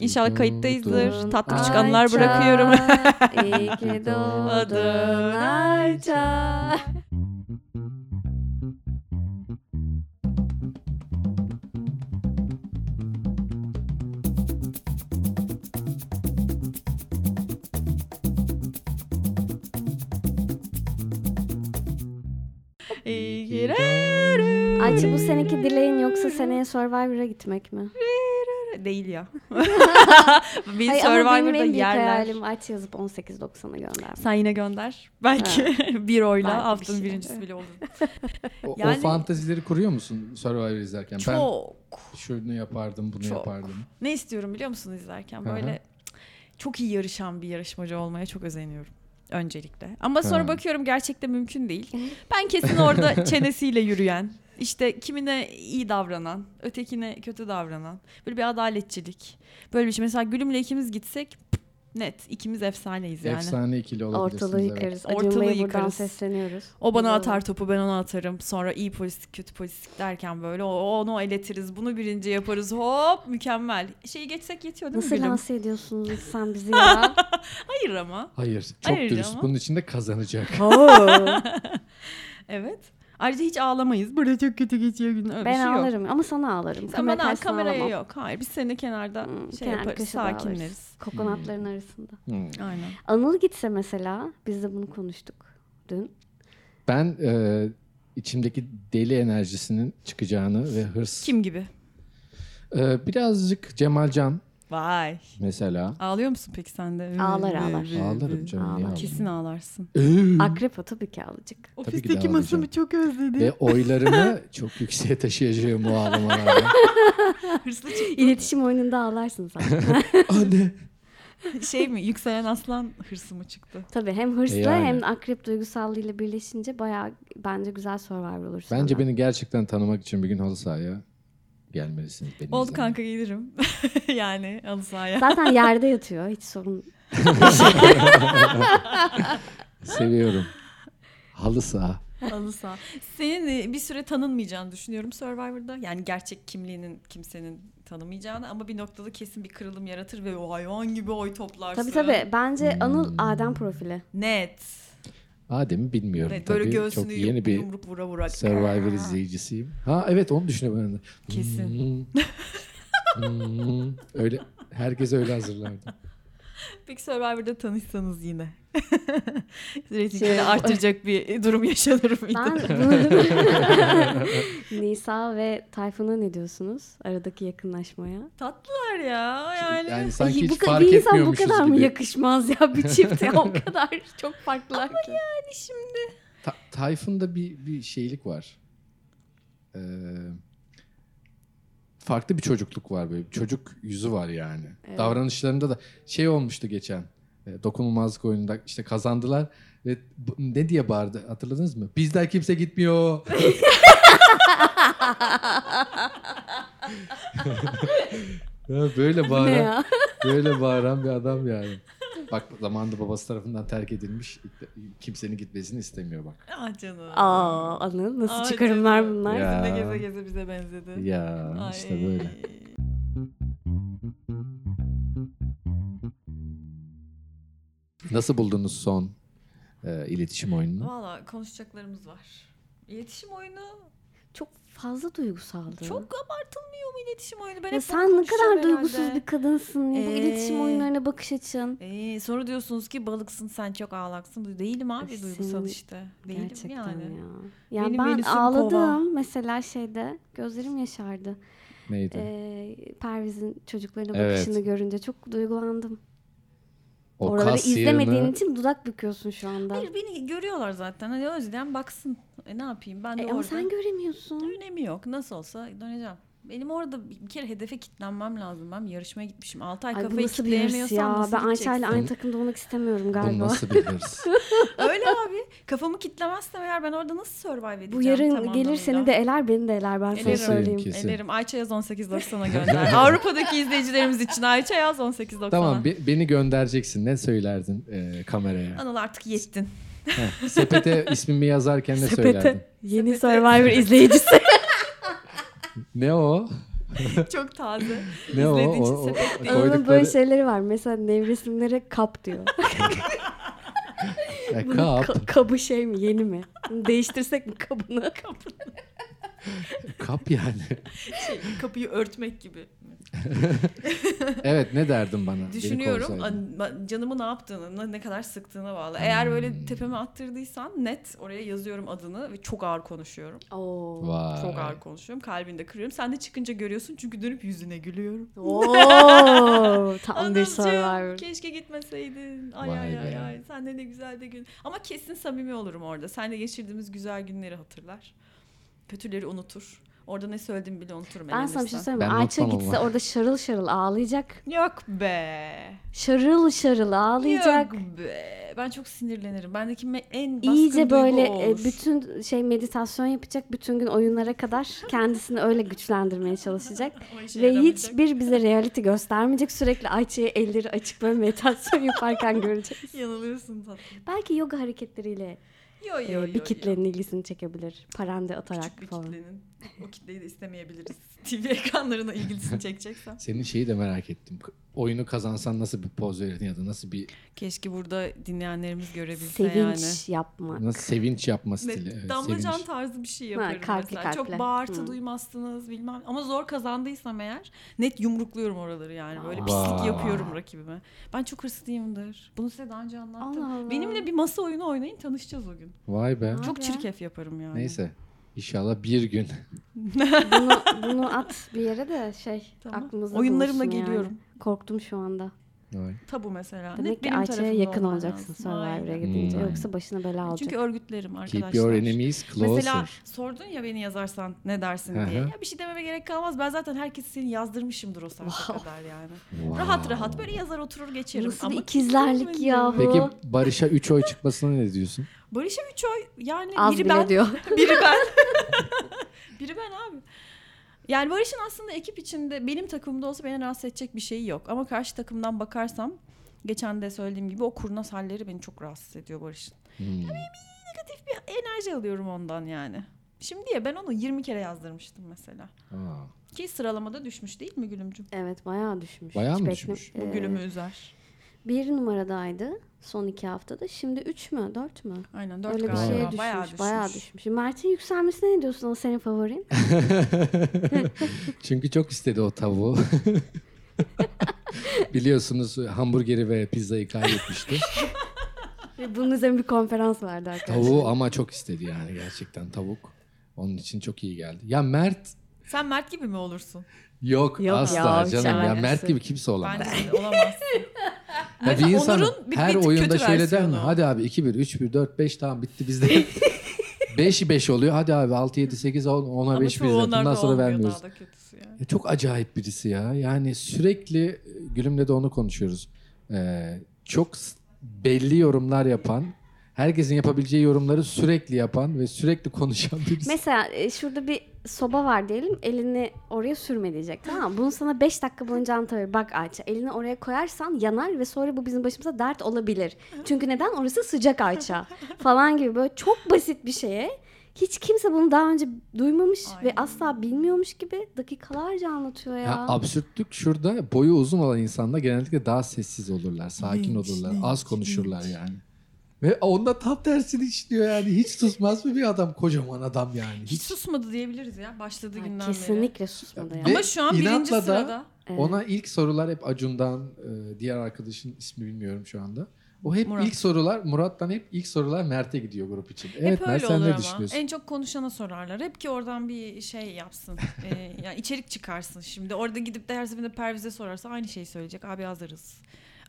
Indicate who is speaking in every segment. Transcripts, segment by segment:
Speaker 1: İnşallah kayıttayızdır. Tatlı küçük anılar
Speaker 2: anlar
Speaker 1: bırakıyorum.
Speaker 2: İyi ki doğdun Ayça.
Speaker 1: İyi ki
Speaker 2: Ayça bu seneki dileğin yoksa seneye Survivor'a gitmek mi?
Speaker 1: Değil ya. Beni
Speaker 2: Ay, ama benim
Speaker 1: Survivor'da
Speaker 2: en büyük
Speaker 1: yerler.
Speaker 2: hayalim Ayça yazıp 18.90'a göndermek.
Speaker 1: Sen yine gönder. Belki bir oyla
Speaker 2: Belki bir
Speaker 1: haftanın
Speaker 2: şey.
Speaker 1: birincisi bile olur.
Speaker 3: O, o
Speaker 1: Yani-
Speaker 3: fantezileri kuruyor musun Survivor izlerken?
Speaker 1: Çok.
Speaker 3: Ben şunu yapardım, bunu
Speaker 1: Çok.
Speaker 3: yapardım.
Speaker 1: Ne istiyorum biliyor musun izlerken?
Speaker 3: Hı hı.
Speaker 1: Böyle çok iyi yarışan bir yarışmacı olmaya çok özeniyorum öncelikle. Ama sonra
Speaker 3: Ha.
Speaker 1: bakıyorum gerçekte mümkün değil. Ben kesin orada çenesiyle yürüyen, işte kimine iyi davranan, ötekine kötü davranan. Böyle bir adaletçilik. Böyle bir şey. Mesela Gülüm'le ikimiz gitsek net ikimiz efsaneyiz yani.
Speaker 3: Efsane ikili olabilirsiniz.
Speaker 2: Ortalığı
Speaker 3: evet.
Speaker 2: yıkarız.
Speaker 1: Ortalığı
Speaker 2: Acun'la buradan
Speaker 1: yıkarız.
Speaker 2: sesleniyoruz.
Speaker 1: O bana
Speaker 2: Bizi
Speaker 1: atar topu ben ona atarım. Sonra iyi polislik kötü polislik derken böyle o- onu eletiriz. Bunu birinci yaparız. Hop mükemmel. Şeyi geçsek yetiyor değil mi
Speaker 2: Nasıl
Speaker 1: Gülüm?
Speaker 2: lanse ediyorsunuz sen bizi ya?
Speaker 1: Hayır ama.
Speaker 3: Hayır, çok
Speaker 1: Hayır
Speaker 3: dürüst.
Speaker 1: ama.
Speaker 3: Bunun için de kazanacak.
Speaker 2: Oh.
Speaker 1: Evet. Ayrıca hiç ağlamayız. Burada çok kötü geçiyor gün. Öyle bir
Speaker 2: ben
Speaker 1: şey yok.
Speaker 2: ağlarım ama sana ağlarım.
Speaker 1: Sen bana
Speaker 2: karşısına
Speaker 1: kameraya
Speaker 2: ağlamam.
Speaker 1: yok. Hayır biz seninle kenarda
Speaker 2: Hmm,
Speaker 1: şey
Speaker 2: kenar
Speaker 1: yaparız.
Speaker 2: köşede ağlarız.
Speaker 1: Sakinleriz. Hmm.
Speaker 2: Kokonatların arasında.
Speaker 3: Hmm.
Speaker 1: Aynen.
Speaker 2: Anıl gitse mesela biz de bunu konuştuk dün.
Speaker 3: Ben e, içimdeki deli enerjisinin çıkacağını ve hırs...
Speaker 1: Kim gibi?
Speaker 3: E, birazcık Cemal Can
Speaker 1: Vay.
Speaker 3: mesela.
Speaker 1: Ağlıyor musun peki sen de?
Speaker 2: Ağlar, ağlar.
Speaker 3: Ağlarım canım. niye
Speaker 2: Ağlar.
Speaker 3: ağlayayım?
Speaker 1: Kesin ağlarsın.
Speaker 2: Akrep o tabii ki alacak.
Speaker 3: Tabii ki de
Speaker 1: Ofisteki masamı
Speaker 3: ağlayacağım.
Speaker 1: çok özledim.
Speaker 3: Ve oylarımı çok yükseğe taşıyacağım bu ağlamalarla.
Speaker 1: Hırslı çıktı.
Speaker 2: İletişim oyununda ağlarsın sen.
Speaker 3: Anne.
Speaker 1: şey mi? Yükselen aslan hırsı mı çıktı?
Speaker 2: tabii hem hırsla
Speaker 3: E yani.
Speaker 2: hem de akrep duygusallığıyla birleşince bayağı bence güzel survivor olursun.
Speaker 3: Bence beni gerçekten tanımak için bir gün halı sahaya gelmelisiniz. Beni
Speaker 1: Oldu
Speaker 3: izlemeye.
Speaker 1: kanka gelirim. yani halı sahaya.
Speaker 2: Zaten yerde yatıyor hiç sorun.
Speaker 3: Seviyorum. halı saha.
Speaker 1: Halı saha. Senin e, bir süre tanınmayacağını düşünüyorum Survivor'da. Yani gerçek kimliğinin kimsenin tanımayacağını ama bir noktada kesin bir kırılım yaratır ve o hayvan gibi oy toplarsın.
Speaker 2: Tabii tabii
Speaker 3: Hmm.
Speaker 2: bence Anıl Adem profili.
Speaker 1: Net.
Speaker 3: Adem'i bilmiyorum.
Speaker 1: Net.
Speaker 3: Tabii
Speaker 1: Böyle
Speaker 3: çok
Speaker 1: göğsünü
Speaker 3: yeni
Speaker 1: yumruk,
Speaker 3: bir
Speaker 1: yumruk vura vura.
Speaker 3: Survivor izleyicisiyim. Ha evet onu düşünüyorum ben de.
Speaker 1: Kesin.
Speaker 3: Hmm. öyle herkes öyle hazırlardı.
Speaker 1: Peki Survivor'da tanışsanız yine. Reytingleri
Speaker 2: Şey-
Speaker 1: artacak bir durum yaşanır mıydı?
Speaker 2: Ben Nisa ve Tayfun'a ne diyorsunuz aradaki yakınlaşmaya?
Speaker 1: Tatlılar ya yani.
Speaker 3: Yani sanki
Speaker 2: Ay,
Speaker 3: hiç
Speaker 2: bu ka-
Speaker 3: fark
Speaker 2: bir insan bu
Speaker 3: etmiyormuşuz
Speaker 2: kadar mı
Speaker 3: gibi.
Speaker 2: yakışmaz ya bir çift ya o kadar çok farklılar ki.
Speaker 1: Yani şimdi.
Speaker 3: Ta- Tayfun'da bir, bir şeylik var. Ee, farklı bir çocukluk var böyle. Bir Çocuk yüzü var yani.
Speaker 2: Evet.
Speaker 3: Davranışlarında da şey olmuştu geçen. e, Dokunulmazlık oyununda işte kazandılar. Ve bu- ne diye bağırdı hatırladınız mı? Bizden kimse gitmiyor. Ya böyle
Speaker 2: Ne
Speaker 3: bağıran,
Speaker 2: ya?
Speaker 3: böyle bağıran bir adam yani. Bak zamanında babası tarafından terk edilmiş. Kimsenin gitmesini istemiyor bak.
Speaker 1: Ah canım.
Speaker 2: Aa Anıl nasıl
Speaker 1: Aa,
Speaker 2: çıkarımlar
Speaker 1: canım.
Speaker 2: bunlar?
Speaker 3: Ya.
Speaker 1: Bizim de geze geze bize benzedi.
Speaker 3: Ya işte
Speaker 1: Ay.
Speaker 3: böyle. Nasıl buldunuz son e, iletişim oyununu?
Speaker 1: Valla konuşacaklarımız var. İletişim oyunu
Speaker 2: Çok fazla duygusaldı.
Speaker 1: çok abartılmıyor mu iletişim oyunu? Ben
Speaker 2: Ya
Speaker 1: hep
Speaker 2: sen ne kadar duygusuz
Speaker 1: herhalde.
Speaker 2: bir kadınsın. Bu
Speaker 1: Ee.
Speaker 2: iletişim oyunlarına bakış açın.
Speaker 1: Ee, sonra diyorsunuz ki balıksın sen çok ağlaksın. Değilim abi
Speaker 2: Senin-
Speaker 1: duygusal işte. Değilim
Speaker 2: Gerçekten
Speaker 1: yani.
Speaker 2: ya. Yani
Speaker 1: Benim
Speaker 2: ben
Speaker 1: Venüs'üm
Speaker 2: ağladım
Speaker 1: kova.
Speaker 2: mesela şeyde gözlerim yaşardı.
Speaker 3: Neydi?
Speaker 2: Ee, Perviz'in çocuklarına
Speaker 3: Evet.
Speaker 2: bakışını görünce çok duygulandım.
Speaker 3: o
Speaker 2: Oraları
Speaker 3: kas
Speaker 2: izlemediğin
Speaker 3: yığını-
Speaker 2: için dudak büküyorsun şu anda.
Speaker 1: Hayır beni görüyorlar zaten. Hani özleyen baksın. E, ne yapayım ben de
Speaker 2: E, ama
Speaker 1: orada.
Speaker 2: sen göremiyorsun.
Speaker 1: Önemi yok. Nasıl olsa döneceğim. Benim orada bir bir kere hedefe kitlenmem lazım. Ben bir yarışmaya gitmişim. 6 ay
Speaker 2: Ay bu
Speaker 1: kafayı
Speaker 2: nasıl bir hırs
Speaker 1: kitleyemiyorsam
Speaker 2: ya.
Speaker 1: nasıl
Speaker 2: Ben Ayşe ile
Speaker 1: gideceksin?
Speaker 2: aynı takımda olmak istemiyorum
Speaker 3: Bu
Speaker 2: galiba.
Speaker 3: nasıl bir hırs?
Speaker 1: Öyle abi. Kafamı kitlemezsem eğer ben orada nasıl survive edeceğim?
Speaker 2: Bu yarın
Speaker 1: tam
Speaker 2: gelir seni de
Speaker 1: anlamıyla?
Speaker 2: eler beni de eler ben sana
Speaker 1: Elerim.
Speaker 2: söyleyeyim.
Speaker 3: Kesin.
Speaker 1: Elerim. Ayça yaz 18.90'a gönder. Avrupa'daki izleyicilerimiz için Ayça yaz 18.90'a.
Speaker 3: tamam be- beni göndereceksin. Ne söylerdin e, kameraya?
Speaker 1: Anıl artık yettin.
Speaker 3: Heh, sepete ismimi yazarken ne söylerdin?
Speaker 2: Yeni Survivor izleyicisi.
Speaker 3: Ne o?
Speaker 1: Çok taze.
Speaker 3: Ne o?
Speaker 1: İzlediğin için
Speaker 3: o, o
Speaker 1: sepet değil.
Speaker 2: Onun böyle
Speaker 3: koydukları
Speaker 2: şeyleri var. Mesela nevresimlere kap diyor.
Speaker 3: Ya,
Speaker 2: Bunun
Speaker 3: E, kap,
Speaker 2: ka- kabı şey mi yeni mi? Bunu değiştirsek mi kabını?
Speaker 3: kap yani.
Speaker 1: Şey, kapıyı örtmek gibi.
Speaker 3: evet ne derdin bana? Beni
Speaker 1: Düşünüyorum
Speaker 3: kovsaydın.
Speaker 1: an- canımı ne yaptığını, ne- ne kadar sıktığına
Speaker 3: Hmm.
Speaker 1: bağlı. Eğer böyle tepeme attırdıysan net oraya yazıyorum adını ve çok ağır konuşuyorum.
Speaker 2: Oo.
Speaker 3: Vay.
Speaker 1: Çok ağır konuşuyorum. Kalbinde kırıyorum. Sen de çıkınca görüyorsun çünkü dönüp yüzüne gülüyorum.
Speaker 2: Oo, tam bir
Speaker 1: Anılcığım,
Speaker 2: survivor.
Speaker 1: Keşke gitmeseydin. Ay
Speaker 3: Vay
Speaker 1: ay ay
Speaker 3: be.
Speaker 1: ay. Sen de ne güzel de gün. Ama kesin samimi olurum orada. Seninle geçirdiğimiz güzel günleri hatırlar. Kötüleri unutur. Orada ne söylediğimi bile unuturum.
Speaker 2: Ben sana bir şey
Speaker 1: eğlenirsem.
Speaker 2: söyleyeyim mi?
Speaker 3: Ben
Speaker 2: Ayça
Speaker 3: unutmam
Speaker 2: gitse
Speaker 3: ama.
Speaker 2: orada şarıl şarıl ağlayacak.
Speaker 1: Yok be.
Speaker 2: Şarıl şarıl ağlayacak.
Speaker 1: Yok be. Ben çok sinirlenirim. Bendeki me- en baskın
Speaker 2: İyice
Speaker 1: duygu
Speaker 2: böyle
Speaker 1: o
Speaker 2: e,
Speaker 1: olur.
Speaker 2: bütün şey meditasyon yapacak. Bütün gün oyunlara kadar kendisini öyle güçlendirmeye çalışacak.
Speaker 1: O işe
Speaker 2: Ve
Speaker 1: yaramayacak.
Speaker 2: hiçbir bize reality göstermeyecek. Sürekli Ayça'yı elleri açık böyle meditasyon yaparken göreceğiz.
Speaker 1: yanılıyorsun tatlım.
Speaker 2: Belki yoga hareketleriyle
Speaker 1: Yo
Speaker 2: e,
Speaker 1: yo yo.
Speaker 2: bir kitlenin ilgisini çekebilir. Parande
Speaker 1: yo.
Speaker 2: atarak
Speaker 1: Küçük bir
Speaker 2: falan.
Speaker 1: kitlenin. O kitleyi de istemeyebiliriz. TV ekranlarına ilgisini çekeceksem.
Speaker 3: Senin şeyi de merak ettim. Oyunu kazansan nasıl bir poz verirdin ya da nasıl bir
Speaker 1: Keşke burada dinleyenlerimiz görebilse
Speaker 2: Sevinç
Speaker 1: yani.
Speaker 2: yapmak.
Speaker 3: nasıl sevinç yapma
Speaker 1: Ne,
Speaker 3: stili. Evet,
Speaker 1: damlacan
Speaker 3: sevinç.
Speaker 1: tarzı bir şey yaparım
Speaker 2: kalpli
Speaker 1: mesela.
Speaker 2: kalpli.
Speaker 1: Çok bağırtı
Speaker 2: Hı.
Speaker 1: duymazsınız bilmem. Ama zor kazandıysam eğer net yumrukluyorum oraları yani. Böyle
Speaker 2: Aa.
Speaker 1: pislik
Speaker 3: Vay.
Speaker 1: yapıyorum rakibime. Ben çok hırslıyımdır. Bunu size daha önce anlattım.
Speaker 2: Allah Allah.
Speaker 1: Benimle bir masa oyunu oynayın tanışacağız o gün.
Speaker 3: Vay be.
Speaker 2: Vay
Speaker 1: Çok
Speaker 2: be.
Speaker 1: çirkef yaparım yani.
Speaker 3: Neyse. İnşallah bir gün.
Speaker 2: bunu, bunu at bir yere de şey
Speaker 1: Tamam.
Speaker 2: aklımızda
Speaker 1: Oyunlarımla
Speaker 2: bulunsun yani.
Speaker 1: geliyorum.
Speaker 2: Korktum şu anda.
Speaker 3: Vay.
Speaker 1: Tabu mesela.
Speaker 2: Demek
Speaker 1: net
Speaker 2: ki
Speaker 1: benim
Speaker 2: Ayça'ya
Speaker 1: tarafımda
Speaker 2: yakın
Speaker 1: olman
Speaker 2: olacaksın
Speaker 1: lazım.
Speaker 2: Survivor'a
Speaker 1: Aynen.
Speaker 2: gidince.
Speaker 3: Hmm.
Speaker 2: Yoksa başına bela olacak.
Speaker 1: Çünkü örgütlerim arkadaşlar.
Speaker 3: Keep your enemies closer.
Speaker 1: Mesela sordun ya beni yazarsan ne dersin
Speaker 3: Hı
Speaker 1: diye.
Speaker 3: hı.
Speaker 1: Ya bir şey dememe gerek kalmaz. Ben zaten herkes seni yazdırmışımdır o saate kadar yani.
Speaker 3: Wow.
Speaker 1: Rahat rahat böyle yazar oturur geçerim.
Speaker 2: Nasıl
Speaker 1: Ama
Speaker 2: bir ikizlerlik
Speaker 1: Peki,
Speaker 2: yahu.
Speaker 3: Peki Barış'a 3 oy çıkmasına ne diyorsun?
Speaker 1: Barış'a üç oy yani
Speaker 2: Az
Speaker 1: biri
Speaker 2: bile
Speaker 1: ben,
Speaker 2: diyor.
Speaker 1: biri ben. biri ben abi. Yani Barış'ın aslında ekip içinde benim takımımda olsa beni rahatsız edecek bir şeyi yok. Ama karşı takımdan bakarsam geçen de söylediğim gibi o kurnaz halleri beni çok rahatsız ediyor Barış'ın.
Speaker 3: Hmm.
Speaker 1: enerji alıyorum ondan yani. Şimdi ya ben onu 20 kere yazdırmıştım mesela.
Speaker 3: Aa.
Speaker 1: Ki sıralamada düşmüş değil mi gülümcüm?
Speaker 2: Evet bayağı düşmüş.
Speaker 3: Bayağı
Speaker 2: Hiç
Speaker 3: mı
Speaker 2: bekle-
Speaker 3: düşmüş?
Speaker 1: Bu
Speaker 2: Ee,
Speaker 1: gülümü üzer.
Speaker 2: Bir numaradaydı son iki haftada. Şimdi üç mü dört mü?
Speaker 1: Aynen 4
Speaker 2: Öyle bir
Speaker 1: galiba.
Speaker 2: şeye
Speaker 1: bayağı
Speaker 2: düşmüş.
Speaker 1: düşmüş.
Speaker 2: Bayağı düşmüş. Mert'in yükselmesine ne diyorsun? O senin favorin.
Speaker 3: Çünkü çok istedi o tavuğu. Biliyorsunuz hamburgeri ve pizzayı kaybetmişti.
Speaker 2: Ve Bunun üzerine bir konferans vardı arkadaşlar.
Speaker 3: Tavuğu ama çok istedi yani gerçekten tavuk. Onun için çok iyi geldi. Ya Mert
Speaker 1: Sen Mert gibi mi olursun?
Speaker 3: yok,
Speaker 2: Yok
Speaker 3: asla
Speaker 2: ya,
Speaker 3: canım ya
Speaker 2: şaka
Speaker 3: Mert
Speaker 2: yapıyorsun.
Speaker 3: gibi kimse olamaz.
Speaker 1: Bence de olamaz.
Speaker 3: Ya bir
Speaker 1: Mesela
Speaker 3: insan
Speaker 1: şey Onur'un bir-
Speaker 3: her
Speaker 1: bir tık
Speaker 3: oyunda
Speaker 1: kötü
Speaker 3: şöyle der mi?
Speaker 1: versiyonu.
Speaker 3: Hadi abi 2 1 3 1 4 5 tamam bitti bizde. 5 5 oluyor. Hadi abi 6 7 8 10 10'a
Speaker 1: Ama
Speaker 3: 5 1.
Speaker 1: çoğu onlar
Speaker 3: Bundan
Speaker 1: da
Speaker 3: sonra
Speaker 1: olmuyor
Speaker 3: vermiyoruz.
Speaker 1: daha da kötüsü yani.
Speaker 3: Ya çok acayip birisi ya. Yani sürekli e, gülümle de onu konuşuyoruz. Ee, çok s- belli yorumlar yapan, herkesin yapabileceği yorumları sürekli yapan ve sürekli konuşan birisi.
Speaker 2: Mesela e, şurada bir soba var diyelim. Elini oraya sürme diyecek. Tamam mı? Bunu sana 5 dakika boyunca anlatabilir. Bak Ayça elini oraya koyarsan yanar ve sonra bu bizim başımıza dert olabilir. Çünkü neden? Orası sıcak Ayça falan gibi böyle çok basit bir şeye hiç kimse bunu daha önce duymamış ve
Speaker 1: Aynen.
Speaker 2: asla bilmiyormuş gibi dakikalarca anlatıyor ya.
Speaker 3: Ya absürtlük şurada boyu uzun olan insanlar genellikle daha sessiz olurlar, sakin
Speaker 1: Linç,
Speaker 3: olurlar,
Speaker 1: linç,
Speaker 3: az konuşurlar yani. Ve onda tam tersini işliyor yani. Hiç susmaz mı bir adam? Kocaman adam yani.
Speaker 1: Hiç susmadı diyebiliriz ya başladığı
Speaker 2: Ay,
Speaker 1: günden beri.
Speaker 2: kesinlikle susmadı ya.
Speaker 3: Ve
Speaker 1: Ama şu an birinci
Speaker 3: inatla da-
Speaker 1: sırada.
Speaker 2: Evet.
Speaker 3: Ona ilk sorular hep Acun'dan, e, diğer arkadaşın ismi bilmiyorum şu anda. O hep
Speaker 1: Murat.
Speaker 3: ilk sorular, Murat'tan hep ilk sorular Mert'e gidiyor grup için.
Speaker 1: Hep
Speaker 3: Evet Mert
Speaker 1: öyle
Speaker 3: sen
Speaker 1: olur
Speaker 3: ne
Speaker 1: ama.
Speaker 3: düşünüyorsun?
Speaker 1: En çok konuşana sorarlar. Hep ki oradan bir şey yapsın. Ee, yani içerik çıkarsın şimdi. Orada gidip de her seferinde Perviz'e sorarsa aynı şeyi söyleyecek. Abi hazırız.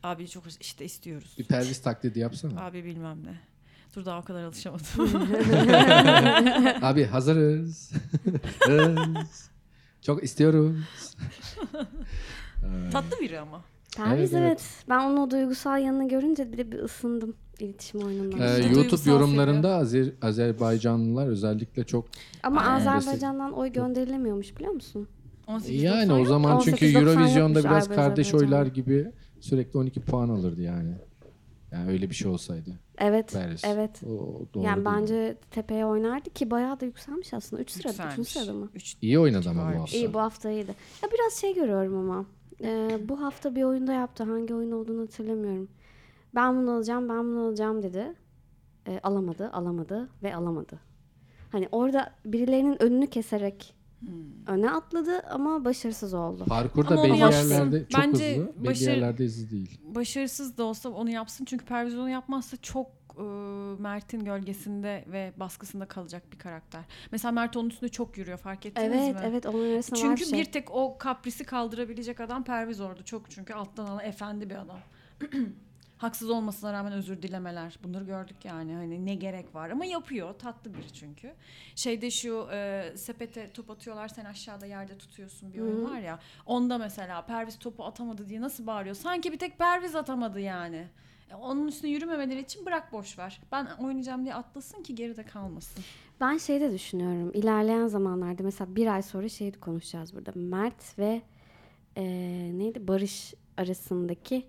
Speaker 1: Abi çok işte istiyoruz.
Speaker 3: Bir pervis taklidi yapsana.
Speaker 1: Abi bilmem ne. Dur daha o kadar alışamadım.
Speaker 3: Abi hazırız. Hazırız. çok istiyoruz. Ee,
Speaker 1: Tatlı biri ama.
Speaker 2: Taviz
Speaker 3: Evet,
Speaker 2: evet,
Speaker 3: evet.
Speaker 2: Ben onun o duygusal yanını görünce bir de bir ısındım iletişim oyunundan.
Speaker 3: Ee,
Speaker 1: Kimse
Speaker 3: YouTube
Speaker 1: duygusal
Speaker 3: yorumlarında Azer- Azerbaycanlılar özellikle çok
Speaker 2: Ama
Speaker 1: Aynen.
Speaker 2: Azerbaycan'dan oy gönderilemiyormuş biliyor musun?
Speaker 1: 18
Speaker 3: yani o zaman çünkü
Speaker 2: 18.90
Speaker 3: Eurovision'da
Speaker 2: yapmış
Speaker 3: biraz
Speaker 2: abi
Speaker 3: kardeş
Speaker 2: Azerbaycan.
Speaker 3: oylar gibi sürekli 12 puan alırdı yani. Yani öyle bir şey olsaydı.
Speaker 2: Evet.
Speaker 3: Veres.
Speaker 2: Evet.
Speaker 3: O, o doğru
Speaker 2: yani
Speaker 3: değil.
Speaker 2: bence tepeye oynardı ki bayağı da yükselmiş aslında. 3 sırada, 3.
Speaker 1: Yükselmiş.
Speaker 2: sırada mı?
Speaker 1: Üç-
Speaker 3: iyi oynadı ama bu
Speaker 1: Civarı.
Speaker 3: hafta.
Speaker 2: İyi bu hafta iyiydi. Ya biraz şey görüyorum ama. Ee, bu hafta bir oyunda yaptı. Hangi oyun olduğunu hatırlamıyorum. Ben bunu alacağım, ben bunu alacağım dedi. Ee, alamadı, alamadı ve alamadı. Hani orada birilerinin önünü keserek
Speaker 1: Hmm.
Speaker 2: öne atladı ama başarısız oldu.
Speaker 3: Parkurda
Speaker 1: Ama onu
Speaker 3: belli
Speaker 1: yapsın.
Speaker 3: yerlerde çok
Speaker 1: Bence
Speaker 3: hızlı, belli
Speaker 1: başı-
Speaker 3: yerlerde hızlı değil.
Speaker 1: Başarısız da olsa onu yapsın çünkü Perviz onu yapmazsa çok e, Mert'in gölgesinde ve baskısında kalacak bir karakter. Mesela Mert onun üstünde çok yürüyor fark ettiniz
Speaker 2: Evet,
Speaker 1: mi?
Speaker 2: evet onun arasında var
Speaker 1: Çünkü
Speaker 2: şey.
Speaker 1: bir tek o kaprisi kaldırabilecek adam Perviz ordu. Çok çünkü alttan alan efendi bir adam. Haksız olmasına rağmen özür dilemeler. Bunları gördük yani. Hani ne gerek var ama yapıyor. Tatlı biri çünkü. Şeyde şu e, sepete top atıyorlar sen aşağıda yerde tutuyorsun bir oyun
Speaker 2: Hı.
Speaker 1: var ya. Onda mesela Perviz topu atamadı diye nasıl bağırıyor? Sanki bir tek Perviz atamadı yani. E, Onun üstüne yürümemeleri için bırak boş ver. Ben oynayacağım diye atlasın ki geride kalmasın.
Speaker 2: Ben şey de düşünüyorum. İlerleyen zamanlarda mesela bir ay sonra şeyi konuşacağız burada. Mert ve eee, neydi Barış arasındaki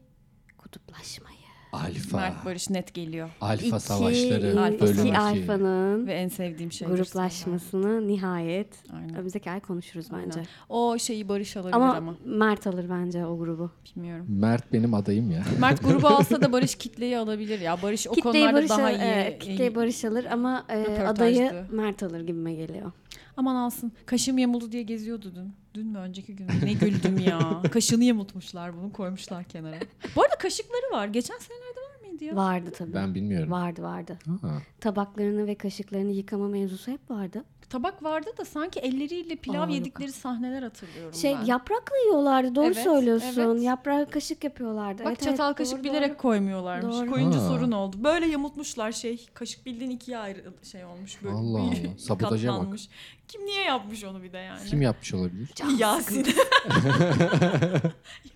Speaker 2: kutuplaşmayı.
Speaker 3: Alfa.
Speaker 1: Mert Barış net geliyor.
Speaker 3: Alfa
Speaker 2: İki-
Speaker 3: savaşları.
Speaker 1: Alfa
Speaker 3: bölüm
Speaker 2: iki
Speaker 1: savaşları.
Speaker 3: iki.
Speaker 2: alfanın
Speaker 1: Ve en sevdiğim şey.
Speaker 2: gruplaşmasını nihayet
Speaker 1: Aynen.
Speaker 2: önümüzdeki ay konuşuruz bence.
Speaker 1: Aynen. O şeyi Barış alabilir ama,
Speaker 2: Ama, Mert alır bence o grubu.
Speaker 1: bilmiyorum.
Speaker 3: Mert benim adayım ya.
Speaker 1: Mert grubu alsa da Barış kitleyi alabilir ya. Barış o konularda
Speaker 2: Barış
Speaker 1: daha
Speaker 2: al-
Speaker 1: iyi.
Speaker 2: evet, kitleyi
Speaker 1: iyi.
Speaker 2: Barış alır ama eee,
Speaker 1: Röportajdı.
Speaker 2: adayı Mert alır gibime geliyor.
Speaker 1: Aman alsın. Kaşım yamuldu diye geziyordu dün. Dün mü önceki gün mü? Ne güldüm ya. Kaşını yamultmuşlar bunu koymuşlar kenara. Bu arada kaşıkları var. Geçen senelerde var mıydı ya?
Speaker 2: Vardı tabii.
Speaker 3: Ben bilmiyorum.
Speaker 2: Vardı vardı.
Speaker 3: Ha.
Speaker 2: Tabaklarını ve kaşıklarını yıkama mevzusu hep vardı.
Speaker 1: Tabak vardı da sanki elleriyle pilav
Speaker 2: Ağırlık.
Speaker 1: yedikleri sahneler hatırlıyorum
Speaker 2: Şey
Speaker 1: ben.
Speaker 2: yaprakla yiyorlardı doğru
Speaker 1: Evet,
Speaker 2: söylüyorsun.
Speaker 1: evet.
Speaker 2: Yaprak kaşık yapıyorlardı.
Speaker 1: Bak
Speaker 2: Evet,
Speaker 1: çatal
Speaker 2: evet,
Speaker 1: kaşık
Speaker 2: doğru,
Speaker 1: bilerek
Speaker 2: doğru.
Speaker 1: koymuyorlarmış.
Speaker 2: Doğru.
Speaker 1: Koyunca
Speaker 3: Ha.
Speaker 1: sorun oldu. Böyle yamultmuşlar şey. Kaşık bildiğin ikiye ayrı şey olmuş. Böyle
Speaker 3: Allah
Speaker 1: bir-
Speaker 3: Allah. Sabotaja bak.
Speaker 1: katlanmış. Kim niye yapmış onu bir de yani?
Speaker 3: Kim yapmış olabilir?
Speaker 1: Ah,
Speaker 2: Can
Speaker 1: Yasin.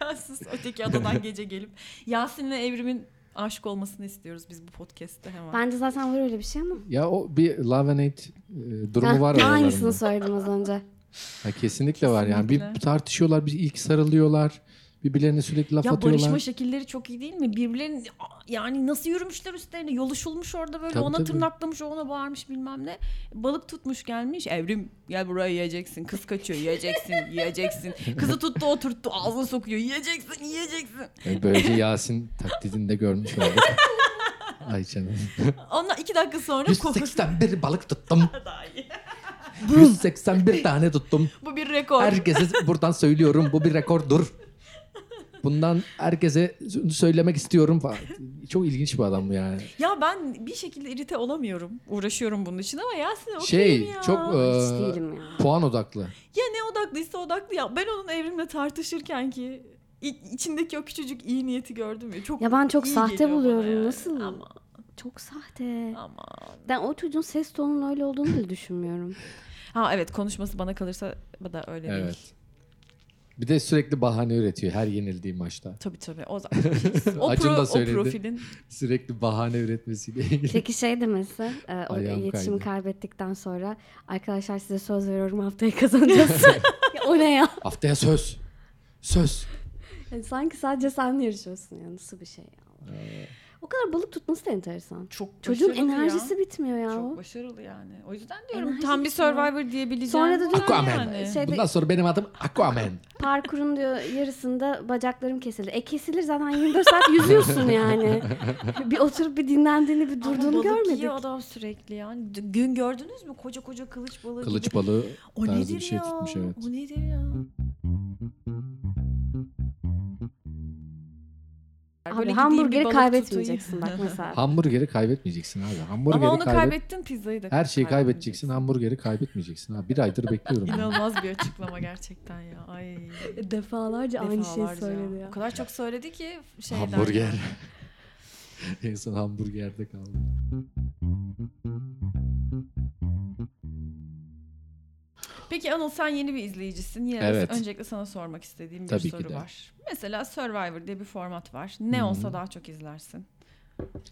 Speaker 1: Yasin öteki adadan gece gelip Yasin'le Evrim'in aşık olmasını istiyoruz biz bu podcast'te hemen.
Speaker 2: Bence zaten var öyle bir şey ama.
Speaker 3: Ya o bir love and hate e, durumu
Speaker 2: Heh,
Speaker 3: var
Speaker 2: Hangisini
Speaker 3: aralarında.
Speaker 2: söyledim az önce?
Speaker 3: Ha, kesinlikle var yani. Bir
Speaker 1: Kesinlikle.
Speaker 3: tartışıyorlar, bir ilk sarılıyorlar. Birbirlerine sürekli laf
Speaker 1: ya
Speaker 3: atıyorlar.
Speaker 1: barışma şekilleri çok iyi değil mi? Birbirlerinin yani nasıl yürümüşler üstlerine yoluşulmuş orada böyle
Speaker 3: Tabii,
Speaker 1: ona
Speaker 3: tabii.
Speaker 1: tırnaklamış o ona bağırmış bilmem ne. Balık tutmuş gelmiş Evrim gel buraya yiyeceksin kız kaçıyor yiyeceksin yiyeceksin. Kızı tuttu oturttu ağzına sokuyor yiyeceksin yiyeceksin.
Speaker 3: E, böylece Yasin taklidini de görmüş olduk. Ay canım.
Speaker 1: Ondan iki dakika sonra kokusu
Speaker 3: 181 balık tuttum.
Speaker 1: daha iyi.
Speaker 3: 181 tane tuttum.
Speaker 1: Bu bir rekor.
Speaker 3: Herkese buradan söylüyorum bu bir rekordur. Bundan herkese söylemek istiyorum falan. Çok ilginç bir adam bu yani.
Speaker 1: Ya ben bir şekilde irite olamıyorum. Uğraşıyorum bunun için ama Yasin okeyim
Speaker 3: Şey
Speaker 1: ya.
Speaker 3: çok e,
Speaker 2: Hiç değilim ya.
Speaker 3: puan odaklı.
Speaker 1: Ya ne odaklıysa odaklı ya. Ben onun evrimle tartışırken ki i- içindeki o küçücük iyi niyeti gördüm ya. Çok
Speaker 2: Ya ben çok
Speaker 1: iyi
Speaker 2: sahte
Speaker 1: geliyor bana
Speaker 2: buluyorum.
Speaker 1: yani.
Speaker 2: Nasıl?
Speaker 1: Ama
Speaker 2: Çok sahte.
Speaker 1: ama.
Speaker 2: Ben o çocuğun ses tonunun öyle olduğunu da düşünmüyorum.
Speaker 1: Ha evet konuşması bana kalırsa bu da öyle değil.
Speaker 3: Evet. Bir de sürekli bahane üretiyor her yenildiği maçta.
Speaker 1: Tabii tabii. O zaten. o,
Speaker 3: Acun
Speaker 1: pro,
Speaker 3: da
Speaker 1: o
Speaker 3: söyledi.
Speaker 1: profilin.
Speaker 3: Sürekli bahane üretmesiyle ilgili.
Speaker 2: Peki şey demesi, e, o
Speaker 3: Ayağım
Speaker 2: iletişimi
Speaker 3: kaydı.
Speaker 2: kaybettikten sonra arkadaşlar size söz veriyorum haftayı kazanacağız. ya, o ne ya?
Speaker 3: Haftaya söz. Söz.
Speaker 2: Yani sanki sadece sen yarışıyorsun ya. Nasıl bir şey ya? O kadar balık tutması da enteresan.
Speaker 1: Çok
Speaker 2: Çocuğun
Speaker 1: başarılı ya.
Speaker 2: enerjisi bitmiyor ya.
Speaker 1: çok
Speaker 2: o.
Speaker 1: başarılı yani. O yüzden diyorum
Speaker 2: Enerjisi
Speaker 1: tam bir
Speaker 2: bitmiyor.
Speaker 1: Survivor diyebileceğim.
Speaker 2: Sonra da
Speaker 1: var
Speaker 2: diyor-
Speaker 3: Aquaman.
Speaker 1: yani.
Speaker 2: Şey- Şeyde-
Speaker 3: Bundan sonra benim adım Aquaman.
Speaker 2: Parkurun diyor yarısında bacaklarım kesilir. E kesilir zaten 24 saat yüzüyorsun yani. bir oturup bir dinlendiğini bir
Speaker 1: Ama
Speaker 2: durduğunu
Speaker 1: balık
Speaker 2: görmedik.
Speaker 1: yiyor adam sürekli yani. D- Gün gördünüz mü? Koca koca kılıç balığı gibi.
Speaker 3: Kılıç balığı
Speaker 1: O
Speaker 3: tarzı
Speaker 1: nedir
Speaker 3: bir şey
Speaker 1: ya?
Speaker 3: tutmuş evet.
Speaker 1: O nedir ya?
Speaker 2: Abi
Speaker 1: Böyle gideyim
Speaker 2: hamburgeri
Speaker 1: bir balık
Speaker 2: kaybetmeyeceksin
Speaker 1: tutayım.
Speaker 2: bak mesela.
Speaker 3: Hamburgeri kaybetmeyeceksin abi. Hamburgeri
Speaker 1: Ama onu
Speaker 3: kaybet-
Speaker 1: kaybettin pizzayı da.
Speaker 3: Her şeyi kaybedeceksin.
Speaker 1: kaybetmeyeceksin.
Speaker 3: Hamburgeri kaybetmeyeceksin abi. Bir aydır bekliyorum. ben.
Speaker 1: İnanılmaz bir açıklama gerçekten ya. Ay.
Speaker 2: E, Defalarca aynı şeyi
Speaker 1: Defalarca.
Speaker 2: söyledi ya.
Speaker 1: O kadar çok söyledi ki şeyden.
Speaker 3: Hamburger. en son hamburgerde kaldım.
Speaker 1: Peki Anıl sen yeni bir izleyicisin. Yine de
Speaker 3: Evet.
Speaker 1: öncelikle sana sormak istediğim bir
Speaker 3: Tabii ki
Speaker 1: soru
Speaker 3: de.
Speaker 1: var. Mesela Survivor diye bir format var. Ne
Speaker 3: Hı.
Speaker 1: olsa daha çok izlersin.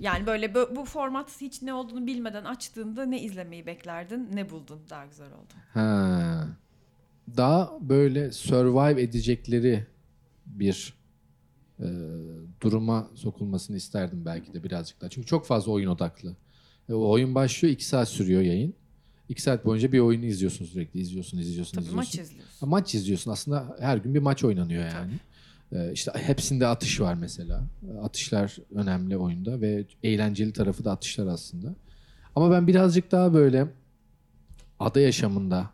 Speaker 1: Yani böyle bö- bu format hiç ne olduğunu bilmeden açtığında ne izlemeyi beklerdin, ne buldun daha güzel oldu.
Speaker 3: Ha. Daha böyle survive edecekleri bir e, duruma sokulmasını isterdim belki de birazcık daha. Çünkü çok fazla oyun odaklı. E, o oyun başlıyor 2 saat sürüyor yayın. 2 saat boyunca bir oyunu izliyorsun sürekli. İzliyorsun, izliyorsun,
Speaker 1: Tabii
Speaker 3: izliyorsun.
Speaker 1: maç
Speaker 3: Ha,
Speaker 1: izliyorsun.
Speaker 3: Maç izliyorsun aslında her gün bir maç oynanıyor yani. Ee, işte hepsinde atış var mesela. Ee, Atışlar önemli oyunda ve eğlenceli tarafı da atışlar aslında. Ama ben birazcık daha böyle ada yaşamında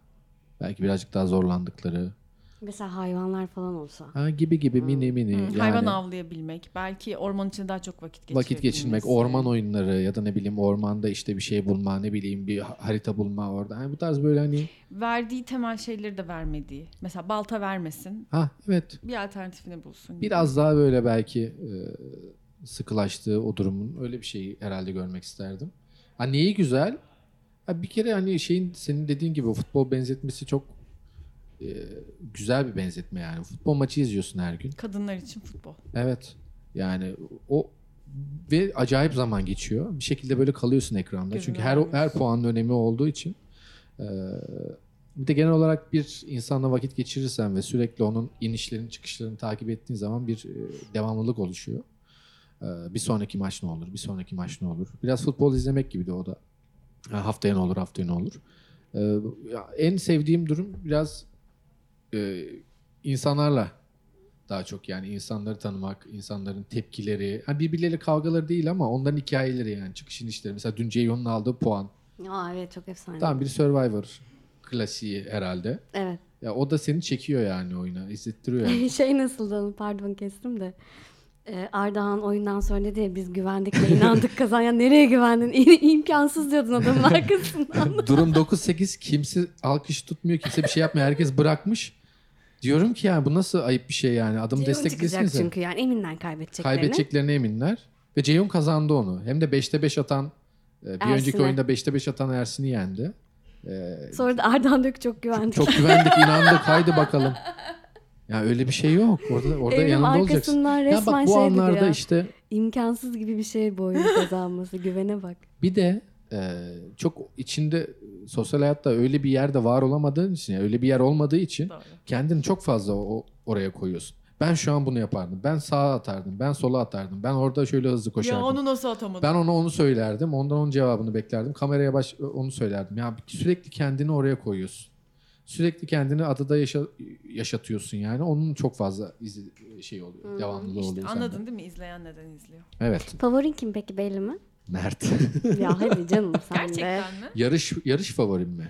Speaker 3: belki birazcık daha zorlandıkları
Speaker 2: Mesela hayvanlar falan olsa.
Speaker 3: ha, gibi gibi mini mini
Speaker 1: Hı,
Speaker 3: e, yani
Speaker 1: Hmm, Hayvan avlayabilmek, belki orman içinde daha çok vakit geçirebilmesi.
Speaker 3: vakit geçirmek, orman oyunları ya da ne bileyim ormanda işte bir şey bulma, ne bileyim bir ha- harita bulma orada. Hani bu tarz böyle hani
Speaker 1: Verdiği temel şeyleri de vermediği. Mesela balta vermesin,
Speaker 3: ha evet
Speaker 1: bir alternatifini bulsun. gibi.
Speaker 3: Biraz daha böyle belki e, sıkılaştığı o durumun öyle bir şeyi herhalde görmek isterdim. Ha neyi güzel? Ha, bir kere hani şeyin senin dediğin gibi o futbol benzetmesi çok e, güzel bir benzetme yani. Futbol maçı izliyorsun her gün.
Speaker 1: Kadınlar için futbol.
Speaker 3: Evet. Yani o ve acayip zaman geçiyor. Bir şekilde böyle kalıyorsun ekranda.
Speaker 1: Gözünü
Speaker 3: Çünkü her
Speaker 1: vermiyorsun.
Speaker 3: her puanın önemi olduğu için. Ee, bir de genel olarak bir insanla vakit geçirirsen ve sürekli onun inişlerini çıkışlarını takip ettiğin zaman bir e, devamlılık oluşuyor. Ee, bir sonraki maç ne olur? Bir sonraki maç ne olur? Biraz futbol izlemek gibi de o da. Ha, haftaya ne olur? Haftaya ne olur? Ee, ya en sevdiğim durum biraz e, insanlarla daha çok yani insanları tanımak, insanların tepkileri, ha birbirleriyle kavgaları değil ama onların hikayeleri yani çıkışın işleri. Mesela dün Ceyhun'un aldığı puan.
Speaker 2: Aa evet çok efsane.
Speaker 3: Tam bir Survivor klasiği herhalde.
Speaker 2: Evet.
Speaker 3: Ya o da seni çekiyor yani oyuna, izlettiriyor. Yani.
Speaker 2: şey nasıldı onu pardon kestim de. Ee, Ardahan oyundan sonra dedi ya biz güvendik ve inandık kazan. Ya nereye güvendin? İ- İmkansız diyordun adamın arkasından.
Speaker 3: Durum 9-8 kimse alkış tutmuyor, kimse bir şey yapmıyor. Herkes bırakmış. Diyorum ki yani bu nasıl ayıp bir şey yani. Adamı
Speaker 2: Ceyhun çıkacak
Speaker 3: desteklesiniz.
Speaker 2: çünkü yani eminden kaybedeceklerini.
Speaker 3: Kaybedeceklerine eminler. Ve Ceyhun kazandı onu. Hem de 5'te 5 atan, e, bir önceki
Speaker 2: Ersin'e.
Speaker 3: oyunda 5'te 5 atan Ersin'i yendi. Ee,
Speaker 2: Sonra da Ardahan diyor ki çok güvendik.
Speaker 3: Çok güvendik, inandık. Haydi bakalım. Ya öyle bir şey yok. Orada orada
Speaker 2: Evrim
Speaker 3: yanında olacaksın.
Speaker 2: arkasından
Speaker 3: Ya
Speaker 2: resmen
Speaker 3: bak bu
Speaker 2: şey
Speaker 3: anlarda
Speaker 2: diyor.
Speaker 3: işte
Speaker 2: İmkansız gibi bir şey bu oyunu kazanması. Güvene bak.
Speaker 3: bir de e, çok içinde sosyal hayatta öyle bir yerde var olamadığın için, yani öyle bir yer olmadığı için
Speaker 1: Doğru.
Speaker 3: kendini çok fazla o, oraya koyuyorsun. Ben şu an bunu yapardım. Ben sağa atardım. Ben sola atardım. Ben orada şöyle hızlı koşardım.
Speaker 1: Ya onu nasıl atamadın?
Speaker 3: Ben ona onu söylerdim. Ondan onun cevabını beklerdim. Kameraya baş onu söylerdim. Ya sürekli kendini oraya koyuyorsun. Sürekli kendini adada yaşa, yaşatıyorsun yani. Onun çok fazla izi, şey oluyor. Devamlılığı
Speaker 1: İşte
Speaker 3: oluyor.
Speaker 1: anladın
Speaker 3: sende.
Speaker 1: değil mi? İzleyen neden izliyor?
Speaker 3: Evet.
Speaker 2: Favorin kim peki belli mi?
Speaker 3: Mert.
Speaker 2: ya hadi canım sen de.
Speaker 1: Gerçekten mi?
Speaker 3: yarış yarış favorim mi?